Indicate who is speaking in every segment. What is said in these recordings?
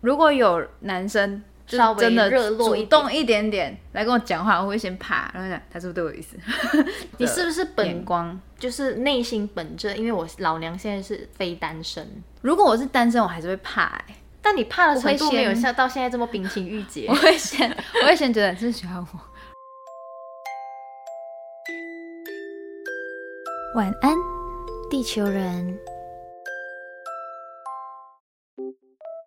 Speaker 1: 如果有男生就
Speaker 2: 稍
Speaker 1: 是
Speaker 2: 微
Speaker 1: 真的
Speaker 2: 热络一
Speaker 1: 主
Speaker 2: 点
Speaker 1: 动一点点来跟我讲话，我会先怕，然后想他是不是对我有意思？
Speaker 2: 你是不是
Speaker 1: 眼
Speaker 2: 本
Speaker 1: 光。
Speaker 2: 就是内心本着，因为我老娘现在是非单身，
Speaker 1: 如果我是单身，我还是会怕、欸，
Speaker 2: 但你怕的程
Speaker 1: 我
Speaker 2: 度
Speaker 1: 会
Speaker 2: 没有
Speaker 1: 先
Speaker 2: 像到现在这么冰情玉洁
Speaker 1: 我。会先，我会先觉得你是喜欢我。
Speaker 3: 晚安，地球人。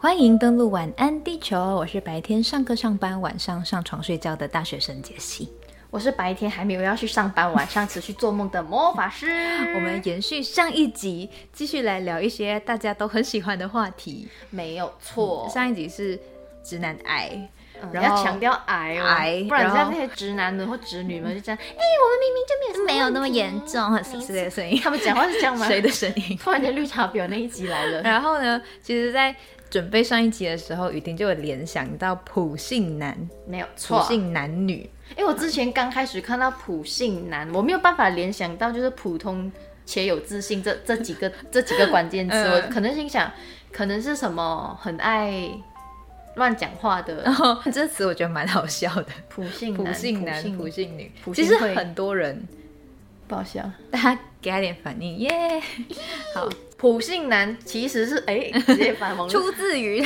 Speaker 3: 欢迎登录晚安地球，我是白天上课上班，晚上上床睡觉的大学生杰西。
Speaker 2: 我是白天还没有要去上班，晚上持续做梦的魔 法师。
Speaker 3: 我们延续上一集，继续来聊一些大家都很喜欢的话题。
Speaker 2: 没有错，
Speaker 1: 上一集是直男癌，
Speaker 2: 哦嗯
Speaker 1: 嗯然后
Speaker 2: 要强调癌哦，
Speaker 1: 癌
Speaker 2: 不然
Speaker 1: 然
Speaker 2: 像
Speaker 1: 后
Speaker 2: 那些直男们或直女们就这样，哎、我们明明就没有什么
Speaker 3: 没有那么
Speaker 2: 问题
Speaker 3: 严重，
Speaker 2: 嗯
Speaker 3: 很是的声 音，
Speaker 2: 他们讲话是这样吗？
Speaker 1: 谁的嗯声音？
Speaker 2: 突然间绿茶婊那一集来了，
Speaker 1: 然后呢，其实，在准备上一集的时候，雨婷就有联想到普信男、
Speaker 2: 没有错
Speaker 1: 普。信男女，
Speaker 2: 因为我之前刚开始看到普信男，我没有办法联想到就是普通且有自信这这几个这几个关键词，
Speaker 1: 嗯
Speaker 2: 我可能心想，可能是什么很爱乱讲话的
Speaker 1: 然后这词我觉得蛮好笑的，
Speaker 2: 普信男，
Speaker 1: 普信男、普
Speaker 2: 普
Speaker 1: 信女，
Speaker 2: 普
Speaker 1: 其
Speaker 2: 信
Speaker 1: 实
Speaker 2: 会
Speaker 1: 很多人，
Speaker 2: 不好笑。
Speaker 1: 大家给他点反应，耶，
Speaker 2: 普信男其实是哎，直接 反蒙
Speaker 1: 出自于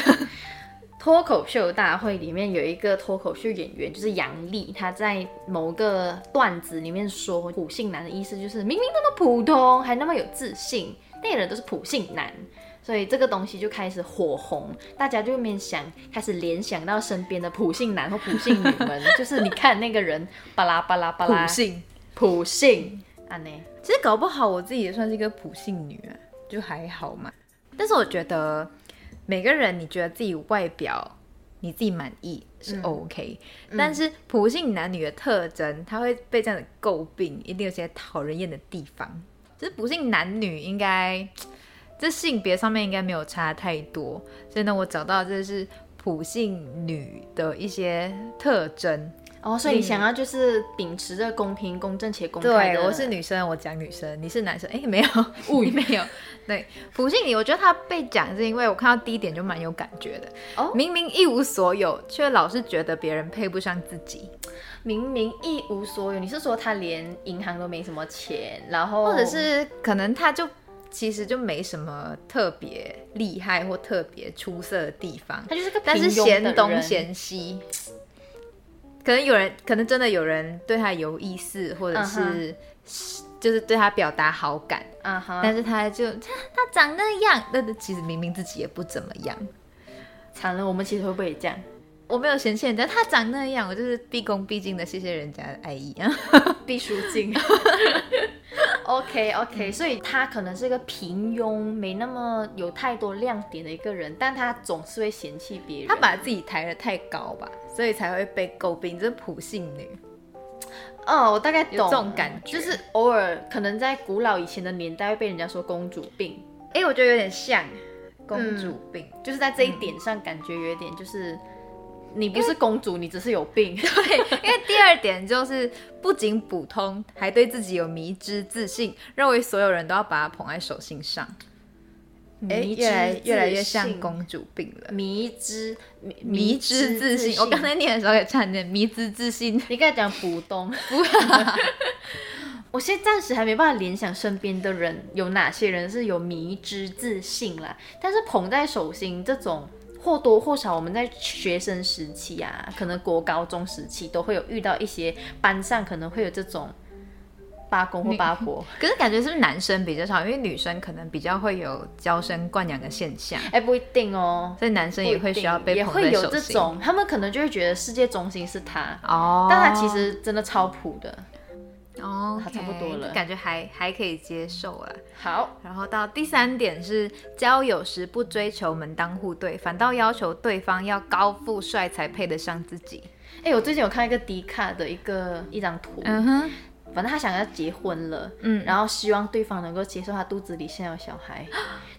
Speaker 2: 脱口秀大会里面有一个脱口秀演员，就是杨笠，他在某个段子里面说，普信男的意思就是明明那么普通，还那么有自信，那些人都是普信男。所以这个东西就开始火红，大家就面想开始联想到身边的普信男或普信女们，就是你看那个人巴拉巴拉巴拉
Speaker 1: 普，信。
Speaker 2: 普信啊呢，
Speaker 1: 其实搞不好我自己也算是一个普信女、啊，就还好嘛。但是我觉得每个人，你觉得自己外表你自己满意是 OK，、但是普信男女的特征，他会被这样的诟病，一定有些讨人厌的地方。就是普信男女应该这性别上面应该没有差太多，所以呢，我找到这是普信女的一些特征。
Speaker 2: 哦，所以你想要就是秉持着公平、公正且公
Speaker 1: 嗯
Speaker 2: 开
Speaker 1: 对，
Speaker 2: 的，
Speaker 1: 我是女生，我讲女生，你是男生，哎、没 有，你没有。对，普信你，我觉得他被讲是因为我看到第一点就蛮有感觉的，
Speaker 2: 哦
Speaker 1: 明明一无所有，却老是觉得别人配不上自己，
Speaker 2: 明明一无所有，你是说他连银行都没什么钱，然后
Speaker 1: 或者是可能他就其实就没什么特别厉害或特别出色的地方，
Speaker 2: 他就是个
Speaker 1: 但是
Speaker 2: 平庸的
Speaker 1: 嫌东
Speaker 2: 人
Speaker 1: 嫌西。可能有人，可能真的有人对他有意思，或者
Speaker 2: 嗯哼
Speaker 1: 是、就是对他表达好感，
Speaker 2: 啊哈，
Speaker 1: 但是他就他长那样，但是其实明明自己也不怎么样。
Speaker 2: 惨了，我们其实会不会也这样？
Speaker 1: 我没有嫌弃人家，他长那样，我就是毕恭毕敬的谢谢人家的爱意 啊。
Speaker 2: 毕书 尽。OK OK，、所以他可能是一个平庸，没那么有太多亮点的一个人，但他总是会嫌弃别人。
Speaker 1: 他把自己抬得太高吧，所以才会被诟病，这是普信女。
Speaker 2: 哦，我大概
Speaker 1: 有
Speaker 2: 懂
Speaker 1: 这种感觉
Speaker 2: 就是偶尔可能在古老以前的年代会被人家说公主病，
Speaker 1: 哎、我觉得有点像公主病，
Speaker 2: 就是在这一点上感觉有一点就是。你不是公主，你只是有 病。
Speaker 1: 因为第二点就是不仅普通，还对自己有迷之自信，认为所有人都要把他捧在手心上。哎、
Speaker 2: 嗯迷之
Speaker 1: 越来越来越
Speaker 2: 自信
Speaker 1: 像公主病了。
Speaker 2: 迷之迷
Speaker 1: 呃迷之自信，我刚才念的时候也差点迷之自信。
Speaker 2: 你刚才讲浦 东， 我现在暂时还没办法联想身边的人有哪些人是有迷之自信啦，但是捧在手心这种。或多或少，我们在学生时期啊，可能国高中时期都会有遇到一些班上可能会有这种八公或八 婆。
Speaker 1: 可是感觉是不是男生比较少，因为女生可能比较会有娇生惯养的现象，
Speaker 2: 哎、不一定哦，
Speaker 1: 所以男生也
Speaker 2: 不一
Speaker 1: 会
Speaker 2: 定
Speaker 1: 需要被
Speaker 2: 也
Speaker 1: 捧
Speaker 2: 会
Speaker 1: 在
Speaker 2: 有
Speaker 1: 手
Speaker 2: 这
Speaker 1: 心。
Speaker 2: 种，他们可能就会觉得世界中心是他，
Speaker 1: 哦，
Speaker 2: 但他其实真的超普的。
Speaker 1: 哦
Speaker 2: 差不多了
Speaker 1: 感觉还还可以接受了。
Speaker 2: 好，
Speaker 1: 然后到第三点是交友时不追求门当户对，反倒要求对方要高富帅才配得上自己。
Speaker 2: 哎、我最近有看一个迪卡的一个一张图，
Speaker 1: 嗯哼，
Speaker 2: 反正他想要结婚了，
Speaker 1: 嗯
Speaker 2: 然后希望对方能够接受他肚子里现在有小孩，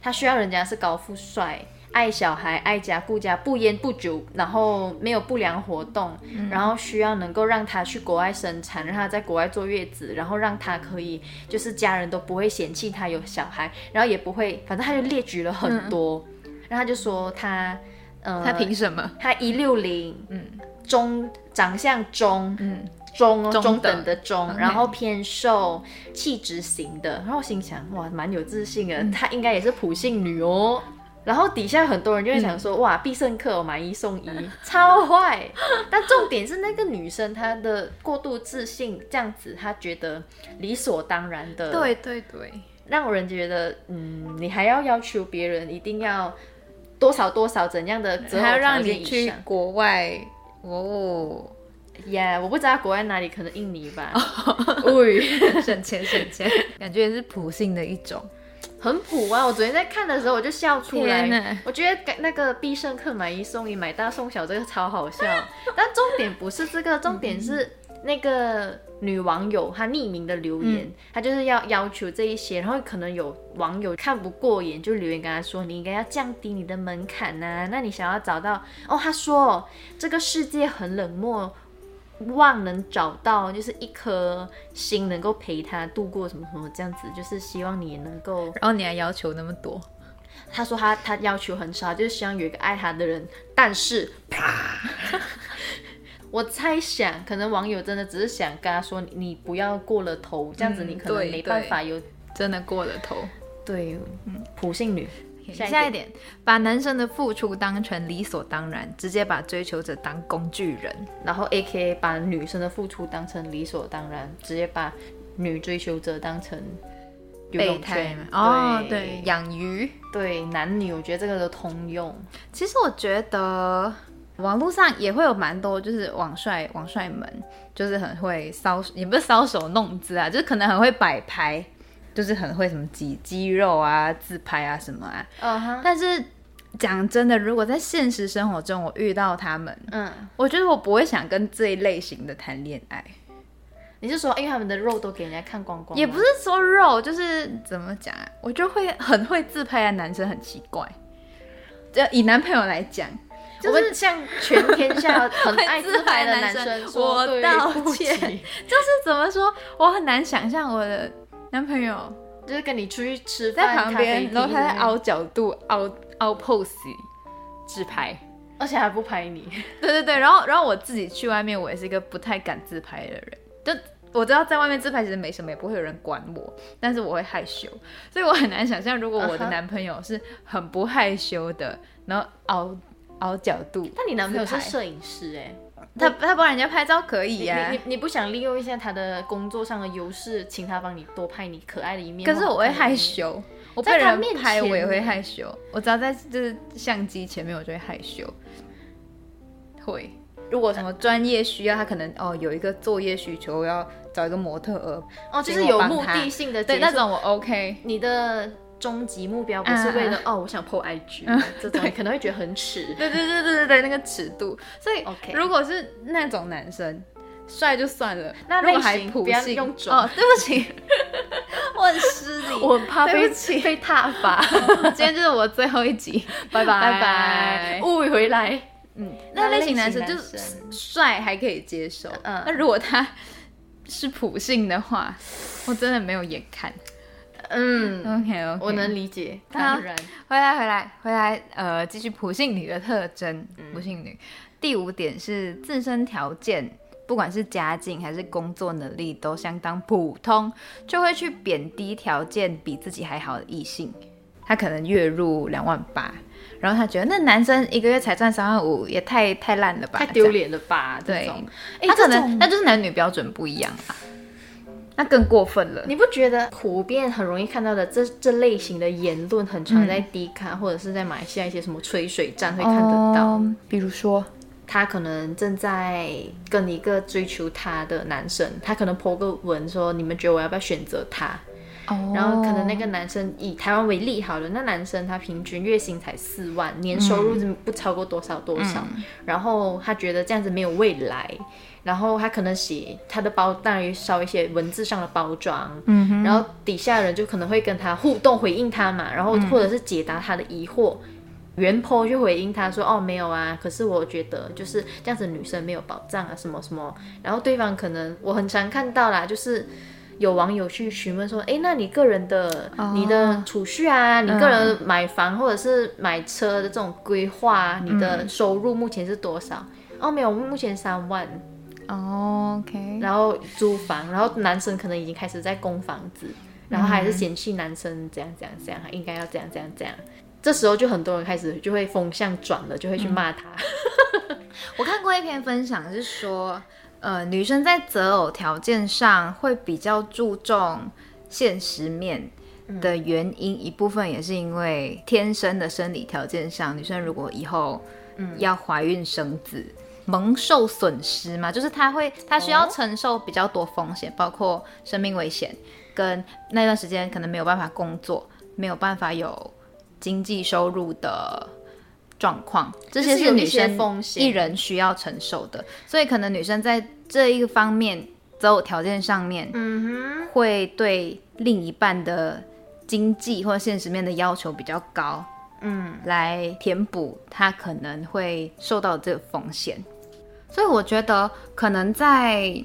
Speaker 2: 他需要人家是高富帅，爱小孩，爱家顾家，不烟不酒，然后没有不良活动，
Speaker 1: 嗯
Speaker 2: 然后需要能够让他去国外生产，让他在国外坐月子，然后让他可以就是家人都不会嫌弃
Speaker 1: 嗯
Speaker 2: 他有小孩，然后也不会，反正他就列举了很多，然后他就说他。呃，
Speaker 1: 他凭什么？
Speaker 2: 他一六零，嗯，中长相中，
Speaker 1: 嗯，
Speaker 2: 中哦
Speaker 1: 中等嗯
Speaker 2: 中等的中，
Speaker 1: OK
Speaker 2: 然后偏瘦，气质型的。然后我心想，哇，蛮有自信
Speaker 1: 嗯
Speaker 2: 的，她应该也是普信女哦。然后底下很多人就会想
Speaker 1: 嗯
Speaker 2: 说，哇，必胜客哦买一送一， 超坏。但重点是那个女生她的过度自信，这样子她觉得理所当然的，
Speaker 1: 对对对，
Speaker 2: 让人觉得，嗯，你还要要求别人一定要多少多少怎样的择偶
Speaker 1: 还要
Speaker 2: 条
Speaker 1: 让
Speaker 2: 件
Speaker 1: 你
Speaker 2: 以
Speaker 1: 去
Speaker 2: 上
Speaker 1: 国外哦，
Speaker 2: 耶我不知道国外哪里，可能印尼吧。喂，
Speaker 1: 省钱省钱，感觉也是普信的一种。
Speaker 2: 很普啊！我昨天在看的时候我就笑出
Speaker 1: 天哪
Speaker 2: 来，我觉得那个必胜客买一送一、买大送小这个超好笑。 但重点不是这个，重点是那个女网友她匿名的留
Speaker 1: 嗯
Speaker 2: 言，她就是要要求这一些，然后可能有网友看不过眼，就留言跟她说：“你应该要降低你的门槛呐、那你想要找到哦？”她说：“这个世界很冷漠，望能找到就是一颗心，能够陪他度过什么什么这样子，就是希望你也能够。
Speaker 1: 然后你还要求那么多，
Speaker 2: 他说他他要求很少，就是希望有一个爱他的人，但是啪。 我猜想，可能网友真的只是想跟他说，你你不要过了头，这样子
Speaker 1: 嗯
Speaker 2: 你可能
Speaker 1: 对
Speaker 2: 没办法有
Speaker 1: 真的过了头。
Speaker 2: 对，普信女。下一点
Speaker 1: 下一点，把男生的付出当成理所当然，直接把追求者当工具人。
Speaker 2: 然后 A K A 把女生的付出当成理所当然，直接把女追求者当成游泳圈
Speaker 1: 嘛哦，对，养鱼。
Speaker 2: 对男女，我觉得这个都通用。
Speaker 1: 其实我觉得网络上也会有蛮多，就是网帅网帅们，就是很会搔，也不是搔首弄姿啊，就是可能很会摆拍，就是很会什么肌肌肉啊、自拍啊什么啊。
Speaker 2: 嗯哼，
Speaker 1: 但是讲真的，如果在现实生活中我遇到他们，
Speaker 2: 嗯，
Speaker 1: 我觉得我不会想跟这一类型的谈恋爱，
Speaker 2: 你是说因为他们的肉都给人家看光光吗？
Speaker 1: 也不是说肉，就是怎么讲啊，我就会很会自拍的男生很奇怪。就以男朋友来讲，
Speaker 2: 我们向全天 下很爱自拍的
Speaker 1: 会自拍的男
Speaker 2: 男生
Speaker 1: 生
Speaker 2: 说
Speaker 1: 我
Speaker 2: 对
Speaker 1: 道
Speaker 2: 不起
Speaker 1: 歉，就是怎么说，我很难想象我的男朋友
Speaker 2: 就是跟你出去吃
Speaker 1: 在
Speaker 2: 饭
Speaker 1: 旁边，然后他在，
Speaker 2: 咖啡
Speaker 1: 凹角度、凹凹 pose 自拍。
Speaker 2: 厅而且还不拍 你。
Speaker 1: 对对对，然后然后我自己去外面，我也是一个不太敢自拍的人，就我知道在外面自拍其实没什么，也不会有人管我，但是我会害羞，所以我很难想象如果我
Speaker 2: 啊
Speaker 1: 的
Speaker 2: 哈
Speaker 1: 男朋友是很不害羞的，然后凹凹角度，
Speaker 2: 但你男朋友
Speaker 1: 自
Speaker 2: 是
Speaker 1: 拍
Speaker 2: 摄影师
Speaker 1: 欸
Speaker 2: 哎、
Speaker 1: 他他帮人家拍照可以
Speaker 2: 你
Speaker 1: 呀、
Speaker 2: 你你你不想利用一下他的工作上的优势，请他帮你多拍你可爱的一面？
Speaker 1: 可是我
Speaker 2: 或
Speaker 1: 会
Speaker 2: 好看
Speaker 1: 害
Speaker 2: 的一面。
Speaker 1: 羞，我
Speaker 2: 在
Speaker 1: 被
Speaker 2: 他
Speaker 1: 人
Speaker 2: 面
Speaker 1: 拍
Speaker 2: 前
Speaker 1: 我也会
Speaker 2: 呢
Speaker 1: 害羞，我只要在就是相机前面我就会害羞，会。如
Speaker 2: 嗯
Speaker 1: 果什么专业需要，他可能哦有一个作业需求，我要找一个模特儿，
Speaker 2: 哦，
Speaker 1: 请
Speaker 2: 就是
Speaker 1: 我
Speaker 2: 有
Speaker 1: 帮
Speaker 2: 目
Speaker 1: 他
Speaker 2: 的性的
Speaker 1: 对
Speaker 2: 结束
Speaker 1: 那种我嗯 OK，
Speaker 2: 你的终极目标不是为了、哦，我想 PO IG、这
Speaker 1: 嗯
Speaker 2: 种，可能会觉得很耻。
Speaker 1: 对对对对对对，那个尺度。所以
Speaker 2: OK
Speaker 1: 如果是那种男生，帅就算了，
Speaker 2: 那
Speaker 1: 如果
Speaker 2: 类
Speaker 1: 还
Speaker 2: 型
Speaker 1: 普
Speaker 2: 不要
Speaker 1: 信
Speaker 2: 用种
Speaker 1: 哦，对不起， 我很失礼，
Speaker 2: 我很怕
Speaker 1: 对
Speaker 2: 被
Speaker 1: 不起
Speaker 2: 被踏伐，
Speaker 1: 今天就是我最后一集，
Speaker 2: 拜 拜
Speaker 1: 拜拜
Speaker 2: 误会回来。
Speaker 1: 那
Speaker 2: 那
Speaker 1: 类
Speaker 2: 类
Speaker 1: 型
Speaker 2: 型
Speaker 1: 男生
Speaker 2: 男
Speaker 1: 就是
Speaker 2: 生
Speaker 1: 帅还可以接受，
Speaker 2: 嗯
Speaker 1: 那如果他是普信的话，我真的没有眼看。
Speaker 2: 嗯，
Speaker 1: OK OK，
Speaker 2: 我能理解，
Speaker 1: 啊
Speaker 2: 当然。
Speaker 1: 回来回来回来，呃，继续普信女的特征，普信女。第五点是自身条件，不管是家境还是工作能力都相当普通，就会去贬低条件比自己还好的异性。他可能月入两万八，然后他觉得那男生一个月才赚三万五，也太太烂了吧，
Speaker 2: 太丢脸了吧？
Speaker 1: 这
Speaker 2: 这
Speaker 1: 样。
Speaker 2: 种，
Speaker 1: 对，
Speaker 2: 哎
Speaker 1: 他可
Speaker 2: 这
Speaker 1: 能
Speaker 2: 种
Speaker 1: 那就是男女标准不一样啊，那更过分了。
Speaker 2: 你不觉得普遍很容易看到的这这类型的言论，很常在低咖、或者是在马来西亚一些什么吹水站会看得到？
Speaker 1: 嗯，比如说，
Speaker 2: 他可能正在跟一个追求他的男生，他可能 po 个文说：“你们觉得我要不要选择他？”
Speaker 1: 哦
Speaker 2: 然后可能那个男生以台湾为例好了，那男生他平均月薪才四万，年收入不超过多少多少，然后他觉得这样子没有未来，然后他可能写他的包，当然稍一些文字上的包装，嗯，然后底下人就可能会跟他互动回应他嘛，然后或者是解答他的疑惑。原 po 就回应他说：“哦，没有啊，可是我觉得就是这样子，女生没有保障啊，什么什么。”然后对方可能我很常看到啦，就是有网友去询问说，哎，那你个人的、你的储蓄啊，你个人买房或者是买车的这种规划啊，你的收入目前是多少？哦，没有，目前三万，
Speaker 1: 哦，OK，
Speaker 2: 然后租房，然后男生可能已经开始在供房子，然后还是嫌弃男生怎样怎样怎样，应该要怎样怎样怎样。这时候就很多人开始就会风向转了，就会去骂他。
Speaker 1: 我看过一篇分享是说，呃，女生在择偶条件上会比较注重现实面。
Speaker 2: 嗯
Speaker 1: 的原因、一部分也是因为天生的生理条件上，女生如果以后
Speaker 2: 嗯
Speaker 1: 要怀孕生子，蒙受损失嘛，就是她会她需
Speaker 2: 哦
Speaker 1: 要承受比较多风险，包括生命危险，跟那段时间可能没有办法工作，没有办法有经济收入的状况，这些
Speaker 2: 就是有
Speaker 1: 女
Speaker 2: 一些
Speaker 1: 生
Speaker 2: 风险
Speaker 1: 一人需要承受的，所以可能女生在这一个方面择偶条件上面，
Speaker 2: 嗯
Speaker 1: 会对另一半的经济或现实面的要求比较高，嗯，来填补他可能会受到这个风险。所以我觉得，可能在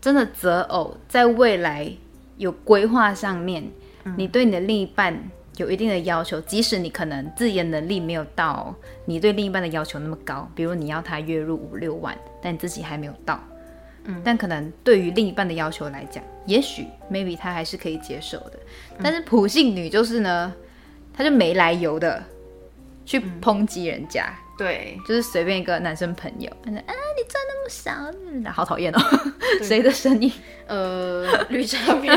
Speaker 1: 真的择偶，在未来有规划上面，你对你的另一半有一定的要求，即使你可能自己的能力没有到你对另一半的要求那么高，比如你要他月入五六万，但你自己还没有到，
Speaker 2: 嗯
Speaker 1: 但可能对于另一半的要求来讲，也许 maybe 他还是可以接受的。
Speaker 2: 嗯
Speaker 1: 但是普信女就是呢，她就没来由的去
Speaker 2: 嗯
Speaker 1: 抨击人家，
Speaker 2: 哼，对，
Speaker 1: 就是随便一个男生朋友，反正啊你赚那么少，嗯好 讨厌哦，谁的声音？
Speaker 2: 呃，绿茶婊。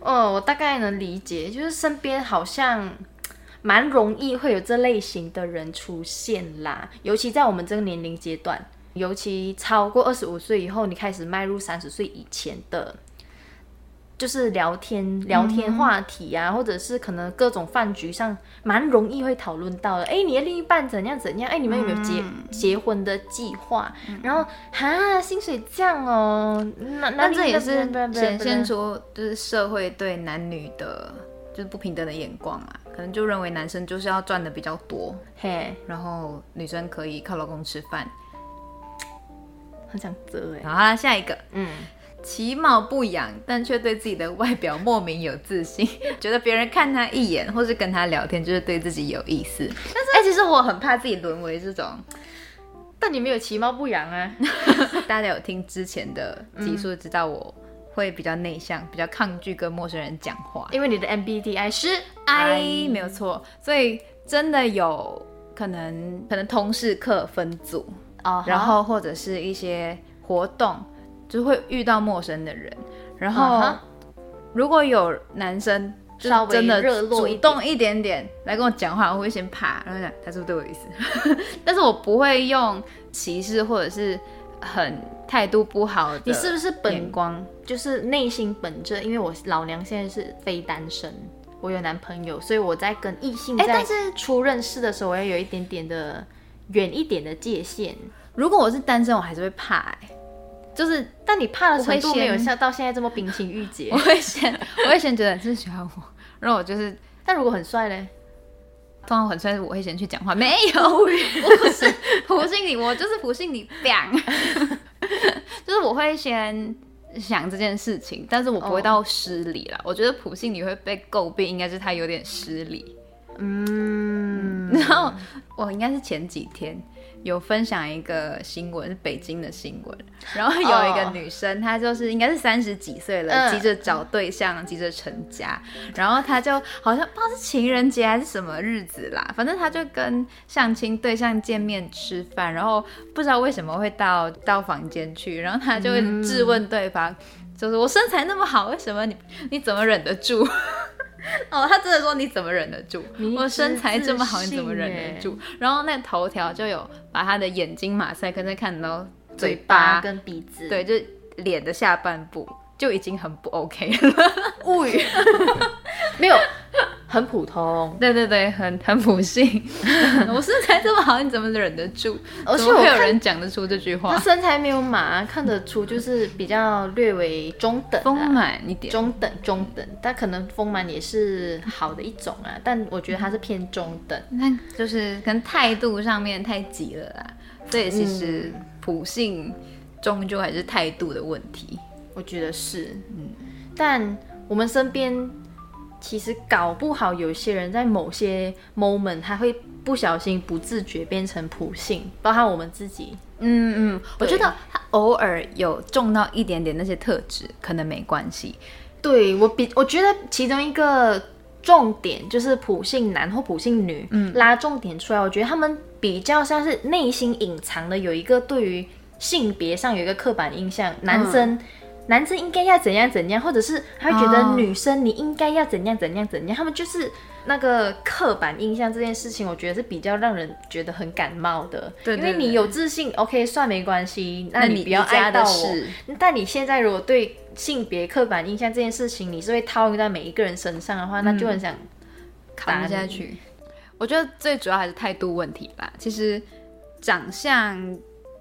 Speaker 2: 哦，我大概能理解，就是身边好像蛮容易会有这类型的人出现啦，尤其在我们这个年龄阶段，尤其超过二十五岁以后，你开始迈入三十岁以前的。就是聊天聊天话题啊，或者是可能各种饭局上，蛮容易会讨论到的。哎，你的另一半怎样怎样？哎，你们有没有结、结婚的计划？
Speaker 1: 嗯
Speaker 2: 然后哈，薪水这样哦，那那
Speaker 1: 但这也是显现
Speaker 2: 出
Speaker 1: 出就是社会对男女的就是不平等的眼光啊，可能就认为男生就是要赚的比较多，
Speaker 2: 嘿，
Speaker 1: 然后女生可以靠老公吃饭。
Speaker 2: 很想遮哎，
Speaker 1: 好啦，下一个。
Speaker 2: 嗯，
Speaker 1: 其貌不扬，但却对自己的外表莫名有自信， 觉得别人看他一眼或是跟他聊天，就是对自己有意思。但是，哎、其实我很怕自己沦为这种。
Speaker 2: 但你没有其貌不扬 啊，
Speaker 1: 大家有听之前的集数，知道我会比较内向，比较抗拒跟陌生人讲话。
Speaker 2: 因为你的 MBTI 是
Speaker 1: I 没有错，所以真的有可能，可能同事课分组，
Speaker 2: 哦，
Speaker 1: 然后或者是一些活动，就会遇到陌生的人。然后
Speaker 2: 嗯哼
Speaker 1: 如果有男生就是
Speaker 2: 稍微
Speaker 1: 真的
Speaker 2: 热络一
Speaker 1: 主动一点点来跟我讲话，我会先怕，然后想他是不是对我有意思？ 但是我不会用歧视或者是很态度不好的。
Speaker 2: 你是不是
Speaker 1: 眼
Speaker 2: 本光就是内心本着？因为我老娘现在是非单身，我有男朋友，所以我在跟异性
Speaker 1: 哎
Speaker 2: 在
Speaker 1: 但是
Speaker 2: 初认识的时候，我要有一点点的远一点的界限。
Speaker 1: 如果我是单身，我还是会怕、哎，就是
Speaker 2: 但你怕的
Speaker 1: 我会
Speaker 2: 程度没有
Speaker 1: 先
Speaker 2: 像到现在这么冰清玉洁
Speaker 1: 我。会先我会先觉得你是不是喜欢我，然后我就是
Speaker 2: 但如果很帅嘞，
Speaker 1: 通常很帅，我会先去讲话，没有，我不是不信你，我就是不信你 bang，就是我会先想这件事情，但是我不会到失礼啦。我觉得普信你会被诟病，应该是他有点失礼。
Speaker 2: 嗯，
Speaker 1: 然后我应该是前几天有分享一个新闻，是北京的新闻，然后有一个
Speaker 2: 哦
Speaker 1: 女生，她就是应该是三十几岁了，
Speaker 2: 嗯
Speaker 1: 急着找对象，急着成家，然后她就好像不知道是情人节还是什么日子啦，反正她就跟相亲对象见面吃饭，然后不知道为什么会到到房间去，然后她就会
Speaker 2: 嗯
Speaker 1: 质问对方。就是我身材那么好，为什么你你怎么忍得住？ 哦，他真的说你怎么忍得住
Speaker 2: 迷？
Speaker 1: 我
Speaker 2: 之
Speaker 1: 身材这么好，
Speaker 2: 自
Speaker 1: 你
Speaker 2: 信
Speaker 1: 怎么忍
Speaker 2: 耶
Speaker 1: 得住？然后那头条就有把他的眼睛马赛克再看到嘴
Speaker 2: 嘴
Speaker 1: 巴，
Speaker 2: 巴跟鼻子，
Speaker 1: 对，就是脸的下半部就已经很不 OK 了。
Speaker 2: 物语 没有，很普通。
Speaker 1: 对对对，很很不幸。 我身材这么好，你怎么忍得住？
Speaker 2: 而且
Speaker 1: 怎么
Speaker 2: 我
Speaker 1: 会有
Speaker 2: 看
Speaker 1: 人讲得出这句
Speaker 2: 他
Speaker 1: 话，
Speaker 2: 身材没有马，看得出就是比较略微中等啊，
Speaker 1: 丰满一点。
Speaker 2: 中等中等，但可能丰满也是好的一种啊，但我觉得它是偏中等。
Speaker 1: 那就是可能态度上面太急嗯了啦，所以其实普信终究还是态度的问题。
Speaker 2: 我觉得是，嗯，但我们身边其实搞不好有些人在某些 moment 他会不小心不自觉变成普信，包含我们自己，
Speaker 1: 嗯嗯，我
Speaker 2: 对
Speaker 1: 觉得他偶尔有中到一点点那些特质，可能没关系。
Speaker 2: 对我比我觉得其中一个重点就是普信男或普信女，嗯，拉重点出来，我觉得他们比较像是内心隐藏的有一个对于性别上有一个刻板印象，男
Speaker 1: 嗯
Speaker 2: 生。男生应该要怎样怎样，或者是他会觉
Speaker 1: 哦
Speaker 2: 得女生你应该要怎样怎样怎样，他们就是那个刻板印象这件事情，我觉得是比较让人觉得很感冒的。
Speaker 1: 对对
Speaker 2: 因为
Speaker 1: 对
Speaker 2: 你有自信，OK，算没关系，那
Speaker 1: 那
Speaker 2: 你
Speaker 1: 你
Speaker 2: 不要
Speaker 1: 你家
Speaker 2: 爱
Speaker 1: 的
Speaker 2: 到我
Speaker 1: 事。
Speaker 2: 但你现在如果对性别刻板印象这件事情，你是会套用在每一个人身上的话，那就很想
Speaker 1: 扛不下去。我觉得最主要还是态度问题吧。其实长相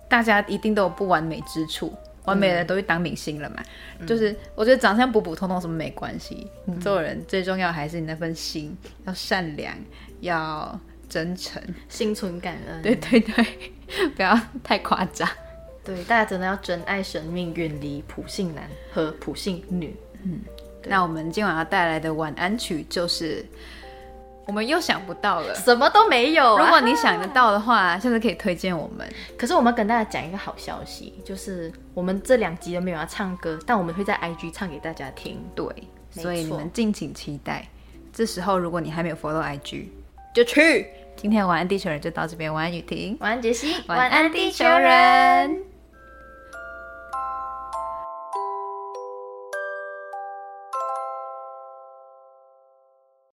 Speaker 1: 大家一定都有不完美之处，完美的人都去当明星了嘛。就是我觉得长相普普通通什么没关系，你做人最重要还是你那份心，要善良，要真诚。
Speaker 2: 心存感恩。
Speaker 1: 对对对，不要太夸张。
Speaker 2: 对，大家真的要珍爱生命，远离普信男和普信女。
Speaker 1: 那我们今晚要带来的晚安曲就是，我们又想不到了。
Speaker 2: 什么都没有、
Speaker 1: 如
Speaker 2: 啊。
Speaker 1: 果你想得到的话，下次可以推荐我们。
Speaker 2: 可是我们跟大家讲一个好消息，就是我们这两集都没有要唱歌，但我们会在 IG 唱给大家听。
Speaker 1: 对，
Speaker 2: 没
Speaker 1: 所以你
Speaker 2: 错
Speaker 1: 们敬请期待。这时候，如果你还没有 follow IG，就去。今天的晚安地球人就到这边，晚安雨婷，
Speaker 2: 晚安，杰西。
Speaker 1: 晚安地球人。